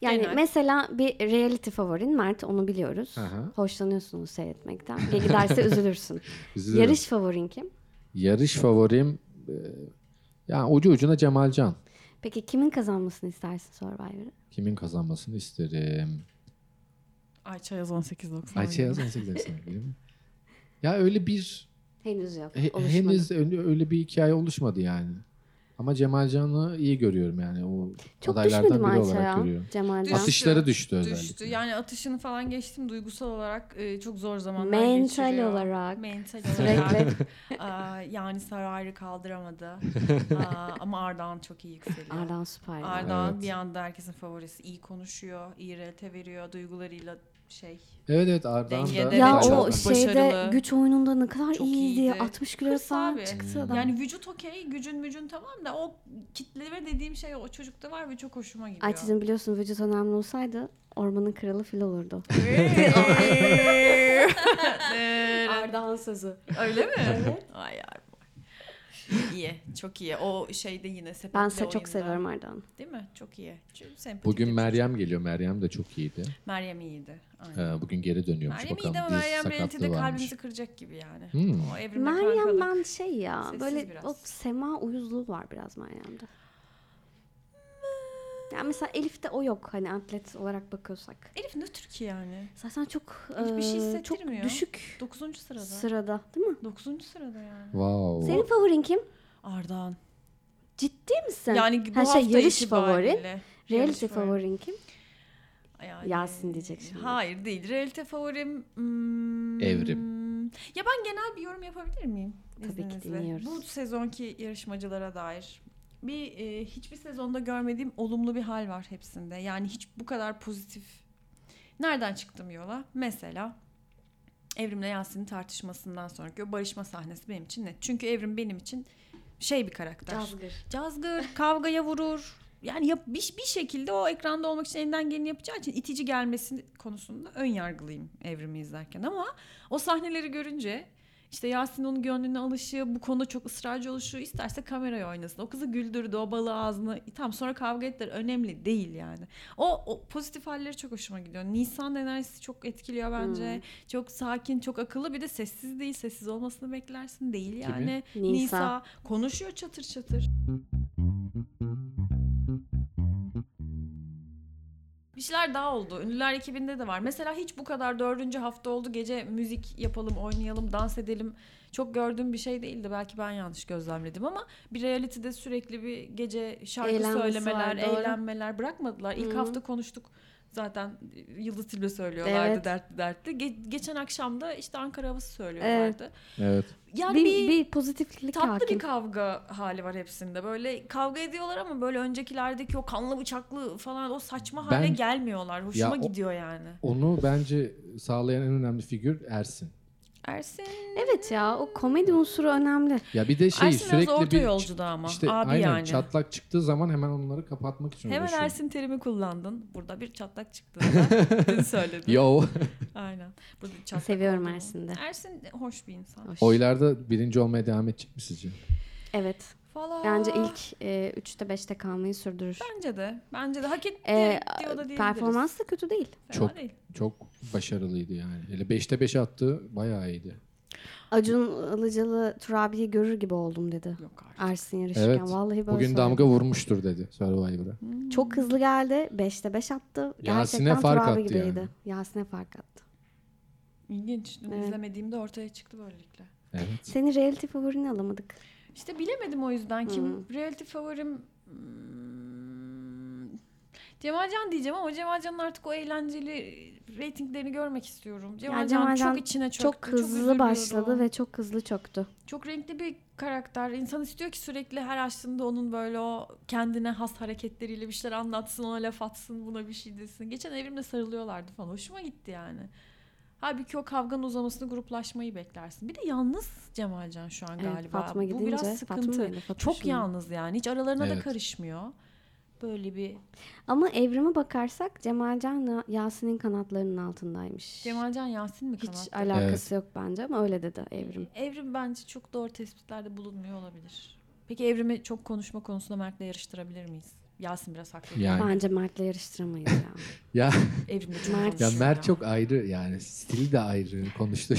Speaker 2: Yani
Speaker 1: Genel.
Speaker 2: mesela bir reality favorin Mert onu biliyoruz.
Speaker 3: Aha.
Speaker 2: Hoşlanıyorsunuz seyretmekten. Ya giderse üzülürsün.
Speaker 3: Üzülürüm.
Speaker 2: Yarış favorin kim?
Speaker 3: yarış favorim e, yani ucu ucuna Cemalcan.
Speaker 2: Peki kimin kazanmasını istersin Survivor'ı?
Speaker 3: Kimin kazanmasını isterim? şey
Speaker 1: Ayça Yaz 18.90.
Speaker 3: Ayça yaz 18 efsane değil mi? Ya öyle bir
Speaker 2: Henüz yok.
Speaker 3: He-
Speaker 2: oluşmadı.
Speaker 3: henüz öyle, öyle bir hikaye oluşmadı yani. Ama Cemal Can'ı iyi görüyorum yani. O
Speaker 2: Çok
Speaker 3: adaylardan
Speaker 2: düşmedim
Speaker 3: biri olarak
Speaker 2: Ayça ya.
Speaker 3: görüyorum.
Speaker 2: Cemal Can.
Speaker 1: Atış-
Speaker 3: Atışları düştü özellikle.
Speaker 1: Düştü. Yani atışını falan geçtim. Duygusal olarak e, çok zor zamanlar
Speaker 2: Mental
Speaker 1: geçiriyor.
Speaker 2: olarak.
Speaker 1: Mental
Speaker 2: Sürekli.
Speaker 1: olarak. Aa, yani Saray'ı kaldıramadı. Aa, ama Ardahan çok iyi yükseliyor.
Speaker 2: Ardahan süper. ya.
Speaker 1: Ardahan
Speaker 3: Evet.
Speaker 1: bir anda herkesin favorisi. iyi konuşuyor, iyi realite veriyor. Duygularıyla şey.
Speaker 3: Evet evet Ardahan
Speaker 1: Dengede
Speaker 3: da.
Speaker 1: de
Speaker 2: Ya
Speaker 1: Evet,
Speaker 2: o
Speaker 1: çok
Speaker 2: şeyde
Speaker 1: başarılı.
Speaker 2: güç oyununda ne kadar
Speaker 1: Çok
Speaker 2: iyiydi.
Speaker 1: iyiydi.
Speaker 2: 60 kilo
Speaker 1: Kısa
Speaker 2: falan
Speaker 1: abi.
Speaker 2: çıktı adam.
Speaker 1: Yani vücut okey, gücün mücün tamam da o kitleme dediğim şey o çocukta var ve çok hoşuma gidiyor.
Speaker 2: Ayça'cığım biliyorsun vücut önemli olsaydı ormanın kralı fil olurdu. Ardahan sözü.
Speaker 1: Öyle mi? Ay yavrum. İyi, çok iyi. O şeyde yine sepetli
Speaker 2: Ben se-
Speaker 1: oyunda.
Speaker 2: çok seviyorum Ardahan.
Speaker 1: Değil mi? Çok iyi. Çünkü sempatik
Speaker 3: Bugün
Speaker 1: de-
Speaker 3: Meryem geliyor. Meryem de çok iyiydi.
Speaker 1: Meryem iyiydi. Aynen.
Speaker 3: Ee, bugün geri dönüyormuş
Speaker 1: Meryem
Speaker 3: bakalım.
Speaker 1: iyiydi ama
Speaker 3: Bir
Speaker 1: Meryem
Speaker 3: sakatlığı
Speaker 1: Realty'de
Speaker 3: varmış.
Speaker 1: kalbimizi kıracak gibi yani.
Speaker 3: Hmm.
Speaker 1: O evrimde
Speaker 2: Meryem
Speaker 1: kankalık.
Speaker 2: ben şey ya
Speaker 1: Sessiz
Speaker 2: böyle
Speaker 1: biraz.
Speaker 2: o sema uyuzluğu var biraz Meryem'de. Yani mesela Elif'te o yok hani atlet olarak bakıyorsak.
Speaker 1: Elif nötr ki yani.
Speaker 2: Zaten çok
Speaker 1: Hiçbir şey
Speaker 2: eee, çok
Speaker 1: hissettirmiyor.
Speaker 2: düşük
Speaker 1: 9. sırada.
Speaker 2: sırada değil mi?
Speaker 1: 9. sırada yani.
Speaker 3: Wow.
Speaker 2: Senin favorin kim?
Speaker 1: Ardahan.
Speaker 2: Ciddi misin?
Speaker 1: Yani bu
Speaker 2: Her
Speaker 1: hafta
Speaker 2: şey yarış
Speaker 1: itibariyle.
Speaker 2: favori. Reality
Speaker 1: Yarış favori.
Speaker 2: favorin kim?
Speaker 1: Yani-
Speaker 2: Yasin diyecek şimdi.
Speaker 1: Hayır değil. Realite favorim... hmm,
Speaker 3: Evrim.
Speaker 1: Ya ben genel bir yorum yapabilir miyim?
Speaker 2: Tabii ki
Speaker 1: İzninizle.
Speaker 2: dinliyoruz.
Speaker 1: Bu sezonki yarışmacılara dair bir e, hiçbir sezonda görmediğim olumlu bir hal var hepsinde. Yani hiç bu kadar pozitif. Nereden çıktım yola? Mesela Evrim'le Yasin'in tartışmasından sonraki o barışma sahnesi benim için net. Çünkü Evrim benim için şey bir karakter.
Speaker 2: Cazgır.
Speaker 1: Cazgır, kavgaya vurur. Yani yap, bir, bir şekilde o ekranda olmak için elinden geleni yapacağı için itici gelmesi konusunda ön yargılıyım evrimi izlerken ama o sahneleri görünce işte Yasin onun gönlüne alışı, bu konuda çok ısrarcı oluşu, isterse kameraya oynasın. O kızı güldürdü, o balığı ağzını. Tam sonra kavga ettiler. Önemli değil yani. O, o pozitif halleri çok hoşuma gidiyor. Nisan enerjisi çok etkiliyor bence.
Speaker 2: Hmm.
Speaker 1: Çok sakin, çok akıllı. Bir de sessiz değil. Sessiz olmasını beklersin. Değil yani.
Speaker 2: Nisa.
Speaker 1: Nisa konuşuyor çatır çatır. Bir şeyler daha oldu. Ünlüler ekibinde de var. Mesela hiç bu kadar dördüncü hafta oldu. Gece müzik yapalım, oynayalım, dans edelim. Çok gördüğüm bir şey değildi. Belki ben yanlış gözlemledim ama bir reality'de sürekli bir gece şarkı
Speaker 2: Eğlenmesi
Speaker 1: söylemeler,
Speaker 2: var, doğru.
Speaker 1: eğlenmeler bırakmadılar. İlk
Speaker 2: Hı.
Speaker 1: hafta konuştuk. Zaten Yıldız Tilbe söylüyorlardı
Speaker 2: Evet.
Speaker 1: dertli dertli. Ge- geçen akşam da işte Ankara havası söylüyorlardı.
Speaker 3: Evet.
Speaker 1: Yani
Speaker 2: bir,
Speaker 1: bir,
Speaker 2: bir, pozitiflik
Speaker 1: tatlı
Speaker 2: hakim.
Speaker 1: bir kavga hali var hepsinde. Böyle kavga ediyorlar ama böyle öncekilerdeki o kanlı bıçaklı falan o saçma hale
Speaker 3: Ben-
Speaker 1: gelmiyorlar. Hoşuma
Speaker 3: Ya o-
Speaker 1: gidiyor yani.
Speaker 3: Onu bence sağlayan en önemli figür Ersin.
Speaker 1: Ersin.
Speaker 2: Evet ya o komedi unsuru önemli.
Speaker 3: Ya bir de şey
Speaker 1: Ersin
Speaker 3: sürekli
Speaker 1: biraz orta
Speaker 3: bir
Speaker 1: yolcu da ama.
Speaker 3: işte
Speaker 1: Abi
Speaker 3: aynen Şey.
Speaker 1: yani.
Speaker 3: çatlak çıktığı zaman hemen onları kapatmak için
Speaker 1: Hemen
Speaker 3: uğraşıyor.
Speaker 1: Ersin terimi kullandın. Burada bir çatlak çıktı. Ben Dün söyledim.
Speaker 3: Yo.
Speaker 1: Aynen. Burada bir çatlak
Speaker 2: Seviyorum
Speaker 1: oldu mu?
Speaker 2: Ersin'i de.
Speaker 1: Ersin hoş bir insan.
Speaker 2: Hoş.
Speaker 3: Oylarda birinci olmaya devam edecek mi sizce?
Speaker 2: Evet.
Speaker 1: Valla.
Speaker 2: Bence ilk 3'te 5'te kalmayı sürdürür.
Speaker 1: Bence de. Bence de. Hak etti
Speaker 2: Ee,
Speaker 1: diyor da diyebiliriz.
Speaker 2: performans da kötü değil.
Speaker 1: Fena
Speaker 3: Çok.
Speaker 1: değil.
Speaker 3: Çok başarılıydı yani. Hele 5'te 5 attı bayağı iyiydi.
Speaker 2: Acun Ilıcalı Turabi'yi görür gibi oldum dedi.
Speaker 1: Yok artık.
Speaker 2: Ersin yarışırken.
Speaker 3: Evet.
Speaker 2: Vallahi böyle
Speaker 3: Bugün
Speaker 2: söyledi.
Speaker 3: damga vurmuştur dedi Survivor'a.
Speaker 2: Çok hızlı geldi. 5'te 5 attı.
Speaker 3: Yasin'e
Speaker 2: Gerçekten
Speaker 3: fark attı
Speaker 2: Turabi gibiydi.
Speaker 3: yani.
Speaker 2: Yasin'e fark attı.
Speaker 1: İlginç. Dün
Speaker 2: Evet.
Speaker 1: izlemediğimde ortaya çıktı böylelikle.
Speaker 3: Evet.
Speaker 2: Seni reality favorini alamadık.
Speaker 1: İşte bilemedim o yüzden kim reality favorim hmm, Cemalcan diyeceğim ama Cemalcan'ın artık o eğlenceli reytinglerini görmek istiyorum. Cemalcan,
Speaker 2: Cemalcan
Speaker 1: çok içine çöktü.
Speaker 2: çok hızlı
Speaker 1: üzülüyorum.
Speaker 2: başladı ve çok hızlı çöktü.
Speaker 1: çok renkli bir karakter. İnsan istiyor ki sürekli her açtığında onun böyle o kendine has hareketleriyle bir şeyler anlatsın, ona laf atsın, buna bir şey desin. Geçen evrimle sarılıyorlardı falan. Hoşuma gitti yani. Halbuki o kavganın uzamasını gruplaşmayı beklersin. Bir de yalnız Cemalcan şu an
Speaker 2: Evet,
Speaker 1: galiba.
Speaker 2: Fatma gidince
Speaker 1: Bu biraz
Speaker 2: Fatma
Speaker 1: sıkıntı.
Speaker 2: öyle, Fatma
Speaker 1: Çok
Speaker 2: şimdi.
Speaker 1: yalnız yani. Hiç aralarına da
Speaker 3: Şey Evet.
Speaker 1: karışmıyor. Böyle bir şey.
Speaker 2: Ama evrime bakarsak Cemalcan Ya- Yasin'in kanatlarının altındaymış.
Speaker 1: Cemalcan Yasin mi
Speaker 2: Hiç
Speaker 1: kanat?
Speaker 2: alakası yok bence ama öyle dedi Evrim.
Speaker 1: Evrim bence çok doğru tespitlerde bulunmuyor olabilir. Peki Evrim'i çok konuşma konusunda Mert'le yarıştırabilir miyiz? Yasin biraz haklı.
Speaker 3: Yani
Speaker 2: Bence Mert'le yarıştıramayız ya.
Speaker 3: ya
Speaker 1: Evrim de çok
Speaker 2: Mert-
Speaker 3: ya
Speaker 1: konuşuyor
Speaker 3: Mert çok ayrı yani stili de ayrı konuştu.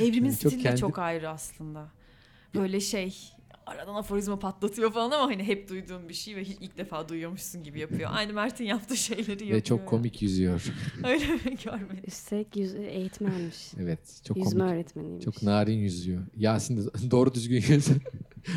Speaker 1: Evrim'in
Speaker 3: çok
Speaker 1: stili de
Speaker 3: kendi-
Speaker 1: çok ayrı aslında. Böyle şey aradan aforizma patlatıyor falan ama hani hep duyduğun bir şey ve hi- ilk defa duyuyormuşsun gibi yapıyor. Aynı Mert'in yaptığı şeyleri yapıyor.
Speaker 3: Ve çok
Speaker 1: yani.
Speaker 3: komik yüzüyor.
Speaker 1: Öyle mi görmedim?
Speaker 2: Üstelik yüz, e, eğitmenmiş.
Speaker 3: Evet çok
Speaker 2: Yüzme
Speaker 3: komik.
Speaker 2: öğretmeniymiş.
Speaker 3: Çok narin yüzüyor. Yasin de doğru düzgün yüzüyor.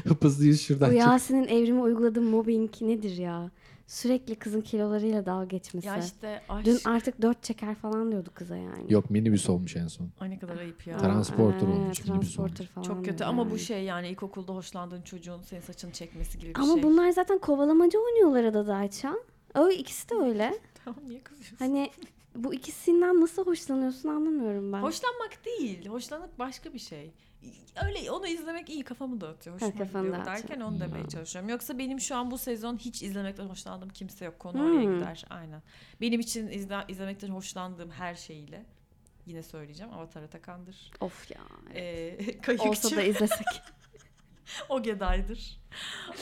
Speaker 3: Hıpızlı yüz şuradan
Speaker 2: Bu
Speaker 3: çık.
Speaker 2: Yasin'in evrime uyguladığı mobbing nedir ya? Sürekli kızın kilolarıyla dalga geçmesi.
Speaker 1: Ya işte aşk.
Speaker 2: Dün artık dört çeker falan diyordu kıza yani.
Speaker 3: Yok minibüs olmuş en son.
Speaker 1: Ay ne kadar ayıp ya.
Speaker 2: Aa,
Speaker 3: Transporter
Speaker 2: evet,
Speaker 3: olmuş, şey. minibüs
Speaker 2: transporter
Speaker 3: olmuş.
Speaker 2: falan.
Speaker 1: Çok kötü
Speaker 2: diyordu
Speaker 1: ama bu
Speaker 2: yani.
Speaker 1: şey yani ilkokulda hoşlandığın çocuğun senin saçını çekmesi gibi bir
Speaker 2: Ama
Speaker 1: şey.
Speaker 2: bunlar zaten kovalamaca oynuyorlar adada Ayça. O ikisi de öyle.
Speaker 1: Tamam niye kızıyorsun?
Speaker 2: Hani bu ikisinden nasıl hoşlanıyorsun anlamıyorum ben.
Speaker 1: Hoşlanmak değil. Hoşlanmak başka bir şey. Öyle onu izlemek iyi kafamı dağıtıyor. Hoşuma
Speaker 2: kafanı
Speaker 1: gidiyor
Speaker 2: dağıtıyor.
Speaker 1: derken onu demeye
Speaker 2: Hmm.
Speaker 1: çalışıyorum. Yoksa benim şu an bu sezon hiç izlemekten hoşlandığım kimse yok. Konu
Speaker 2: Hmm.
Speaker 1: oraya gider. Aynen. Benim için izle- izlemekten hoşlandığım her şeyiyle yine söyleyeceğim. Avatar Atakan'dır.
Speaker 2: Of ya.
Speaker 1: Ee,
Speaker 2: Olsa da
Speaker 1: kayıkçı
Speaker 2: izlesek.
Speaker 1: Ogeday'dır.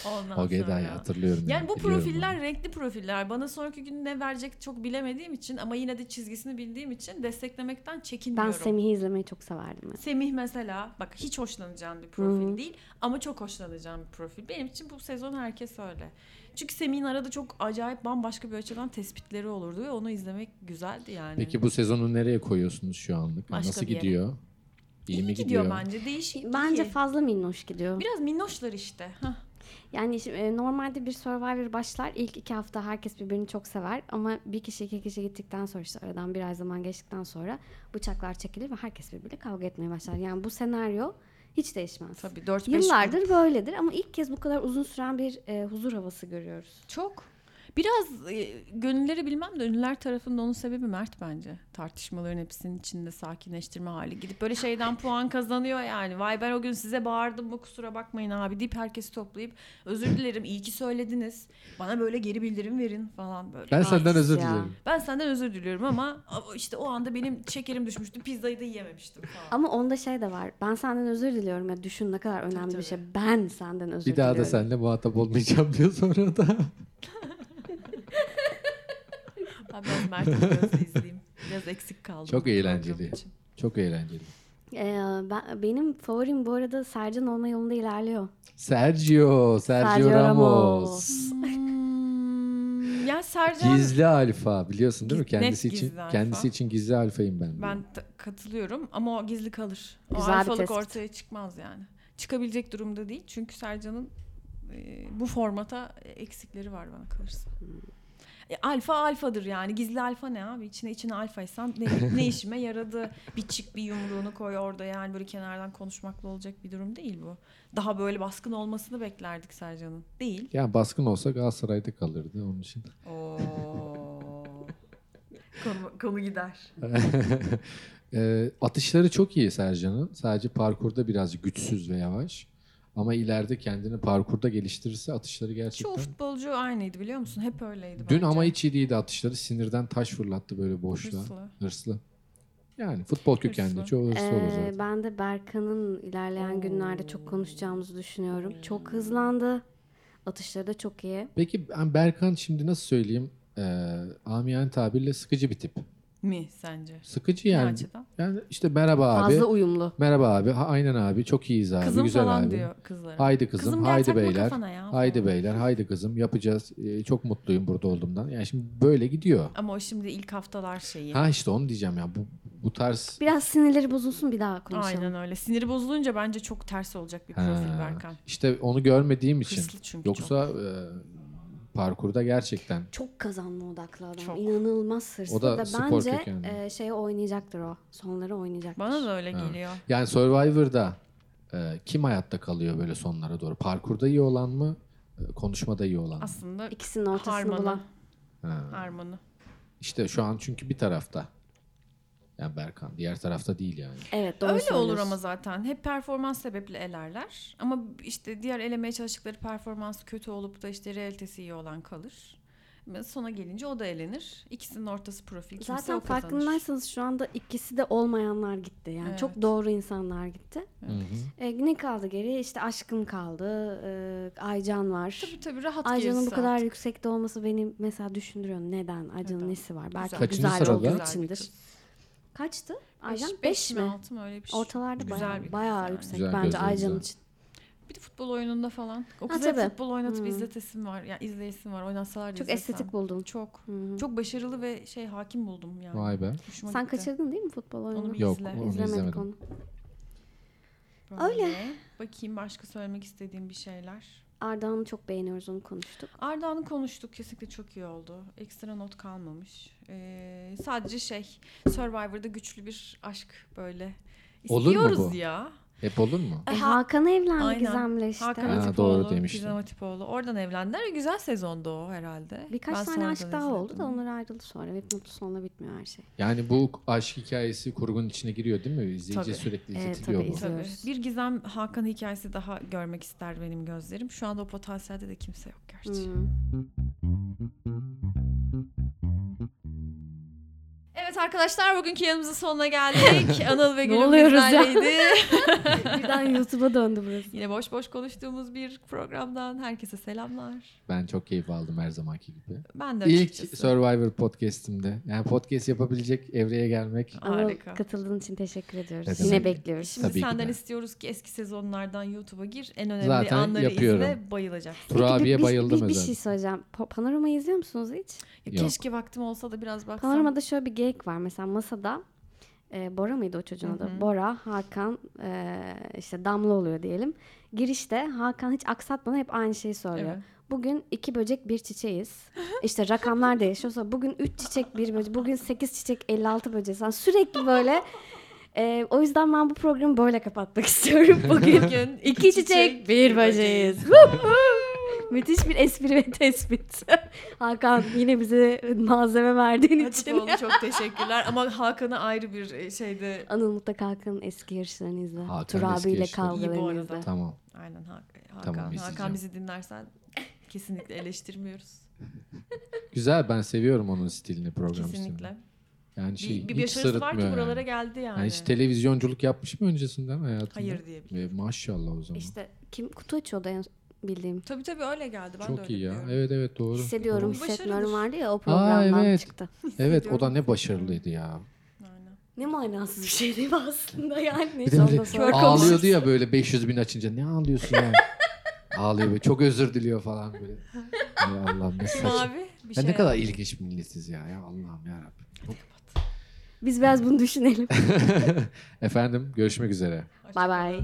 Speaker 1: Ondan
Speaker 3: Ogeday'ı
Speaker 1: sonra-
Speaker 3: hatırlıyorum.
Speaker 1: Yani bu
Speaker 3: biliyorum
Speaker 1: profiller
Speaker 3: onu.
Speaker 1: renkli profiller. Bana sonraki gün ne verecek çok bilemediğim için ama yine de çizgisini bildiğim için desteklemekten
Speaker 2: ben
Speaker 1: çekinmiyorum.
Speaker 2: Semih'i izlemeyi çok severdim. yani.
Speaker 1: Semih mesela bak hiç hoşlanacağım bir profil
Speaker 2: Hı.
Speaker 1: değil ama çok hoşlanacağım bir profil. Benim için bu sezon herkes öyle. Çünkü Semih'in arada çok acayip bambaşka bir açıdan tespitleri olurdu ve onu izlemek güzeldi yani.
Speaker 3: Peki bu sezonu nereye koyuyorsunuz şu anlık?
Speaker 1: Başka
Speaker 3: Nasıl
Speaker 1: bir yere.
Speaker 3: gidiyor? İyi,
Speaker 1: iyi
Speaker 3: mi
Speaker 1: gidiyor?
Speaker 3: gidiyor?
Speaker 1: bence. Değişik.
Speaker 2: Bence
Speaker 1: iyi.
Speaker 2: fazla minnoş gidiyor.
Speaker 1: biraz minnoşlar işte. Hah.
Speaker 2: Yani şimdi, e, normalde bir Survivor başlar. ilk iki hafta herkes birbirini çok sever. Ama bir kişi iki kişi gittikten sonra işte aradan biraz zaman geçtikten sonra bıçaklar çekilir ve herkes birbiriyle kavga etmeye başlar. Yani bu senaryo hiç değişmez.
Speaker 1: Tabii 4-5
Speaker 2: Yıllardır böyledir ama ilk kez bu kadar uzun süren bir e, huzur havası görüyoruz.
Speaker 1: Çok. Biraz e, gönülleri bilmem de ünlüler tarafında onun sebebi Mert bence. Tartışmaların hepsinin içinde sakinleştirme hali. Gidip böyle şeyden puan kazanıyor yani. Vay ben o gün size bağırdım mı kusura bakmayın abi deyip herkesi toplayıp özür dilerim iyi ki söylediniz. Bana böyle geri bildirim verin falan böyle.
Speaker 3: Ben
Speaker 1: Ben,
Speaker 3: senden özür
Speaker 2: ya.
Speaker 3: dilerim.
Speaker 1: senden özür diliyorum ama a- işte o anda benim şekerim düşmüştü pizzayı da yiyememiştim falan.
Speaker 2: Ama onda şey de var. Ben senden özür diliyorum ya düşün ne kadar önemli
Speaker 1: tabii.
Speaker 2: bir şey. Ben senden özür
Speaker 3: Bir daha da
Speaker 2: diliyorum.
Speaker 3: seninle muhatap olmayacağım diyor sonra da.
Speaker 1: Ben biraz Mert'i gözle izleyeyim. Biraz eksik kaldım.
Speaker 3: Çok
Speaker 1: bu program
Speaker 3: eğlenceli.
Speaker 1: için.
Speaker 3: Çok eğlenceli.
Speaker 2: Ee, ben, benim favorim bu arada Sercan olma yolunda ilerliyor.
Speaker 3: Sergio, Sergio,
Speaker 2: Sergio
Speaker 3: Ramos.
Speaker 1: Hmm, ya Sercan
Speaker 3: Gizli alfa biliyorsun değil mi?
Speaker 1: Giz- net
Speaker 3: Kendisi için
Speaker 1: gizli alfa.
Speaker 3: kendisi için gizli alfayım ben.
Speaker 1: ben t- katılıyorum ama o gizli kalır. O
Speaker 2: Güzel bir
Speaker 1: alfalık
Speaker 2: tespit.
Speaker 1: ortaya çıkmaz yani. Çıkabilecek durumda değil çünkü Sercan'ın e, bu formata eksikleri var bana kalırsa.
Speaker 2: Hmm.
Speaker 1: E, alfa alfadır yani. Gizli alfa ne abi? İçine içine alfaysan ne, ne işime yaradı? Bir çık bir yumruğunu koy orada yani böyle kenardan konuşmakla olacak bir durum değil bu. Daha böyle baskın olmasını beklerdik Sercan'ın. Değil.
Speaker 3: Yani baskın olsa Galatasaray'da kalırdı onun için.
Speaker 1: Oo. konu, konu gider.
Speaker 3: Ee, atışları çok iyi Sercan'ın. Sadece parkurda birazcık güçsüz ve yavaş. Ama ileride kendini parkurda geliştirirse atışları gerçekten...
Speaker 1: Çoğu futbolcu aynıydı biliyor musun? Hep öyleydi.
Speaker 3: Dün
Speaker 1: bence.
Speaker 3: ama hiç iyi değildi atışları. Sinirden taş fırlattı böyle boşluğa. Hırslı.
Speaker 1: Hırslı.
Speaker 3: Yani futbol kökenli.
Speaker 1: Hırslı.
Speaker 3: Çoğu hırslı olur
Speaker 2: Ee,
Speaker 3: zaten.
Speaker 2: ben de Berkan'ın ilerleyen günlerde çok konuşacağımızı düşünüyorum. Çok hızlandı. Atışları da çok iyi.
Speaker 3: Peki ben Berkan şimdi nasıl söyleyeyim? Ee, amiyane tabirle sıkıcı bir tip.
Speaker 1: Mi sence?
Speaker 3: Sıkıcı
Speaker 1: Yani,
Speaker 3: yani. Yani işte merhaba abi.
Speaker 2: Fazla uyumlu.
Speaker 3: Merhaba abi. Ha, aynen abi. Çok iyiyiz abi.
Speaker 1: Kızım
Speaker 3: Güzel
Speaker 1: falan
Speaker 3: abi.
Speaker 1: diyor kızlara.
Speaker 3: Haydi kızım,
Speaker 1: Kızım gel
Speaker 3: haydi
Speaker 1: takma
Speaker 3: beyler.
Speaker 1: kafana ya
Speaker 3: Haydi
Speaker 1: falan.
Speaker 3: beyler, haydi kızım. Yapacağız. Ee, çok mutluyum burada olduğumdan. Yani şimdi böyle gidiyor.
Speaker 1: Ama o şimdi ilk haftalar şeyi.
Speaker 3: Ha işte onu diyeceğim ya. Bu bu tarz
Speaker 2: Biraz sinirleri bozulsun bir daha konuşalım.
Speaker 1: Aynen öyle. Siniri bozulunca bence çok ters olacak bir profil
Speaker 3: Ha,
Speaker 1: Berkan.
Speaker 3: işte onu görmediğim için.
Speaker 1: Hırslı çünkü
Speaker 3: Yoksa e, parkurda gerçekten
Speaker 2: Çok kazanma odaklı adam.
Speaker 1: Çok.
Speaker 2: İnanılmaz hırslı.
Speaker 3: O da
Speaker 2: da
Speaker 3: spor
Speaker 2: bence
Speaker 3: kökenli.
Speaker 2: e, şeye oynayacaktır o. Sonları oynayacaktır.
Speaker 1: Bana da öyle
Speaker 3: Ha.
Speaker 1: geliyor.
Speaker 3: Yani Survivor'da e, kim hayatta kalıyor böyle sonlara doğru? Parkurda iyi olan mı? e, Konuşmada iyi olan mı?
Speaker 1: Aslında
Speaker 2: İkisinin ortasını
Speaker 1: harmanı.
Speaker 2: bulan.
Speaker 3: Ha.
Speaker 1: Harmanı.
Speaker 3: İşte şu an çünkü bir tarafta. Yani Berkan diğer tarafta değil yani.
Speaker 2: Evet doğru
Speaker 1: Öyle olur
Speaker 2: söylüyorsun.
Speaker 1: ama zaten. Hep performans sebeple elerler. Ama işte diğer elemeye çalıştıkları performans kötü olup da işte realitesi iyi olan kalır. Ve Sona gelince o da elenir. İkisinin ortası profil. Kimse
Speaker 2: Zaten
Speaker 1: o kazanır.
Speaker 2: farkındaysanız şu anda ikisi de olmayanlar gitti. Yani
Speaker 1: Evet.
Speaker 2: çok doğru insanlar gitti.
Speaker 1: Evet.
Speaker 3: Hı hı.
Speaker 2: E, ne kaldı geriye? İşte aşkım kaldı. e, Aycan var.
Speaker 1: Tabii tabii rahat
Speaker 2: Aycan'ın bu
Speaker 1: gerisi
Speaker 2: kadar
Speaker 1: artık.
Speaker 2: yüksekte olması beni mesela düşündürüyor. Neden? Aycan'ın
Speaker 1: Neden?
Speaker 2: nesi var? Belki
Speaker 3: Kaçıncı
Speaker 2: güzel
Speaker 3: sırada?
Speaker 2: olduğu
Speaker 1: Güzel bir
Speaker 2: içindir.
Speaker 1: kız.
Speaker 2: Kaçtı?
Speaker 1: Beş,
Speaker 2: Aycan 5
Speaker 1: beş mi?
Speaker 2: mi?
Speaker 1: Altı mı öyle bir şey.
Speaker 2: Ortalarda
Speaker 3: Güzel
Speaker 1: bir
Speaker 2: bayağı,
Speaker 1: kız
Speaker 2: bayağı
Speaker 1: yani.
Speaker 2: yüksek
Speaker 3: Güzel,
Speaker 2: bence
Speaker 3: gözleri
Speaker 2: Aycan
Speaker 3: güzel.
Speaker 2: için.
Speaker 1: şey. Bir de futbol oyununda falan. O
Speaker 2: Ha,
Speaker 1: kadar
Speaker 2: tabii.
Speaker 1: futbol oynatıp
Speaker 2: Hmm.
Speaker 1: izletesim var. Yani izleyesim var. Oynatsalar da
Speaker 2: Çok
Speaker 1: izlesem.
Speaker 2: estetik buldum.
Speaker 1: Çok.
Speaker 2: Hı.
Speaker 1: Çok başarılı ve şey hakim buldum yani.
Speaker 3: Vay be.
Speaker 1: Hoşuma
Speaker 2: Sen
Speaker 1: gitti.
Speaker 2: kaçırdın değil mi futbol oyununu?
Speaker 1: bir-
Speaker 3: Yok
Speaker 1: İzle.
Speaker 3: onu
Speaker 2: İzlemedik
Speaker 3: izlemedim.
Speaker 2: onu.
Speaker 1: Böyle.
Speaker 2: Öyle.
Speaker 1: Bakayım başka söylemek istediğim bir şeyler.
Speaker 2: Arda'nı çok beğeniyoruz onu konuştuk.
Speaker 1: Arda'nı konuştuk kesinlikle çok iyi oldu. Ekstra not kalmamış. Ee, sadece şey Survivor'da güçlü bir aşk böyle.
Speaker 3: Olur mu
Speaker 1: İstiyoruz
Speaker 3: bu?
Speaker 1: ya.
Speaker 3: Hep olur mu?
Speaker 2: E,
Speaker 1: Ha-
Speaker 2: Hakan'a evlendi
Speaker 1: Aynen.
Speaker 2: Gizem'le işte.
Speaker 1: Hakan
Speaker 3: Ha,
Speaker 1: Atipoğlu,
Speaker 3: doğru demiştin.
Speaker 1: Gizem Atipoğlu. Oradan evlendiler ve güzel sezondu o herhalde.
Speaker 2: Birkaç
Speaker 1: Ben
Speaker 2: tane
Speaker 1: sonradan
Speaker 2: aşk daha oldu
Speaker 1: izledim.
Speaker 2: da onlar ayrıldı sonra. Hep mutlu sonla bitmiyor her şey.
Speaker 3: Yani bu aşk hikayesi kurgunun içine giriyor değil mi? İzleyici
Speaker 1: Tabii.
Speaker 3: sürekli
Speaker 2: Evet,
Speaker 3: izletiliyor
Speaker 2: tabii,
Speaker 3: bu.
Speaker 1: Tabii.
Speaker 2: İzliyoruz.
Speaker 1: Bir Gizem Hakan hikayesi daha görmek ister benim gözlerim. Şu anda o potansiyelde de kimse yok gerçi.
Speaker 2: Hmm.
Speaker 1: Evet arkadaşlar bugünkü yanımızın sonuna geldik. Anıl ve
Speaker 2: Ne
Speaker 1: Gülüm
Speaker 2: oluyoruz ya?
Speaker 1: bizlerleydi.
Speaker 2: Birden YouTube'a döndü burası.
Speaker 1: Yine boş boş konuştuğumuz bir programdan herkese selamlar.
Speaker 3: Ben çok keyif aldım her zamanki gibi.
Speaker 1: Ben de
Speaker 3: İlk
Speaker 1: açıkçası.
Speaker 3: Survivor podcast'imde. Yani podcast yapabilecek evreye gelmek.
Speaker 1: Harika.
Speaker 2: Ama katıldığın için teşekkür ediyoruz.
Speaker 3: Ne demek.
Speaker 2: Yine bekliyoruz.
Speaker 1: Şimdi
Speaker 3: Tabii ki
Speaker 1: senden
Speaker 3: de.
Speaker 1: istiyoruz ki eski sezonlardan YouTube'a gir. En önemli
Speaker 3: Zaten
Speaker 1: anları
Speaker 3: yapıyorum.
Speaker 1: izle bayılacaksın.
Speaker 2: Peki bir-
Speaker 3: Turabiye
Speaker 2: bir-
Speaker 3: bayıldım
Speaker 2: bir, bir,
Speaker 3: özellikle.
Speaker 2: şey söyleyeceğim. Pa- Panorama'yı izliyor musunuz hiç?
Speaker 1: Ya
Speaker 3: Yok.
Speaker 1: Keşke vaktim olsa da biraz baksam.
Speaker 2: Panorama'da şöyle bir geyik var. Mesela masada e, Bora mıydı o çocuğun adı? Bora, Hakan, e, işte Damla oluyor diyelim. Girişte Hakan hiç aksatmadan hep aynı şeyi söylüyor.
Speaker 1: Evet.
Speaker 2: Bugün iki böcek bir çiçeğiz. İşte rakamlar değişiyorsa bugün üç çiçek bir böcek, bugün sekiz çiçek 56 böcek. Yani sürekli böyle. E, o yüzden ben bu programı böyle kapatmak istiyorum bugün.
Speaker 1: Bugün
Speaker 2: İki çiçek, bir böceğiz.
Speaker 1: böceğiz.
Speaker 2: Vup vup. Müthiş bir espri ve tespit. Hakan yine bize malzeme verdiğin için.
Speaker 1: Hatipoğlu çok teşekkürler ama Hakan'a ayrı bir e, şeyde
Speaker 2: Anıl mutlaka Hakan'ın eski yarışlarını izle.
Speaker 3: Hakan
Speaker 2: Tur
Speaker 3: eski
Speaker 2: abiyle
Speaker 3: yarışları.
Speaker 1: İyi bu
Speaker 2: kavgalarını
Speaker 1: arada.
Speaker 2: izle.
Speaker 3: Tamam.
Speaker 1: aynen Hak- Hakan.
Speaker 3: Tamam, izleyeceğim.
Speaker 1: Hakan bizi dinlersen kesinlikle eleştirmiyoruz.
Speaker 3: Güzel ben seviyorum onun stilini program stilini.
Speaker 1: Kesinlikle.
Speaker 3: Yani şey
Speaker 1: bir, bir
Speaker 3: hiç
Speaker 1: başarısı var ki
Speaker 3: sırıtmıyor
Speaker 1: buralara
Speaker 3: yani.
Speaker 1: geldi yani.
Speaker 3: Yani hiç televizyonculuk yapmış mı öncesinde mi hayatında?
Speaker 1: Hayır diyebilirim.
Speaker 3: Ve maşallah o zaman.
Speaker 2: İşte kim kutu açıyordu en bildiğim.
Speaker 1: Tabii tabii öyle geldi. Ben de
Speaker 3: Çok
Speaker 1: öyle
Speaker 3: iyi ya.
Speaker 1: biliyorum.
Speaker 3: Evet evet doğru.
Speaker 2: Hissediyorum
Speaker 1: Doğru.
Speaker 2: hissetmiyorum
Speaker 1: Başarıdır.
Speaker 2: vardı ya o programdan
Speaker 3: evet.
Speaker 2: çıktı.
Speaker 3: Evet o da ne başarılıydı ya.
Speaker 1: Aynen.
Speaker 2: Ne manasız bir şey değil mi aslında yani.
Speaker 3: Bir
Speaker 2: Neyse
Speaker 3: de
Speaker 2: ondan
Speaker 3: böyle
Speaker 2: sonra.
Speaker 1: Kör kalmış.
Speaker 3: ağlıyordu ya böyle 500 bin açınca ne ağlıyorsun ya? Ağlıyor böyle çok özür diliyor falan böyle. Ay Allah'ım ne
Speaker 1: Kim
Speaker 3: saçma.
Speaker 1: abi? Bir
Speaker 3: Ya
Speaker 1: şey.
Speaker 3: ne kadar ilginç milletiz ya. Ya Allah'ım yarabbim.
Speaker 2: Biz biraz bunu düşünelim.
Speaker 3: Efendim görüşmek üzere.
Speaker 2: Bay bay.